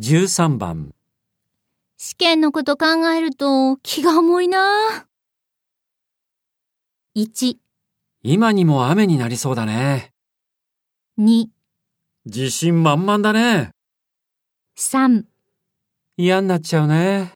13番試験のこと考えると気が重いなぁ。1、今にも雨になりそうだね。 2、自信満々だね。 3嫌になっちゃうね。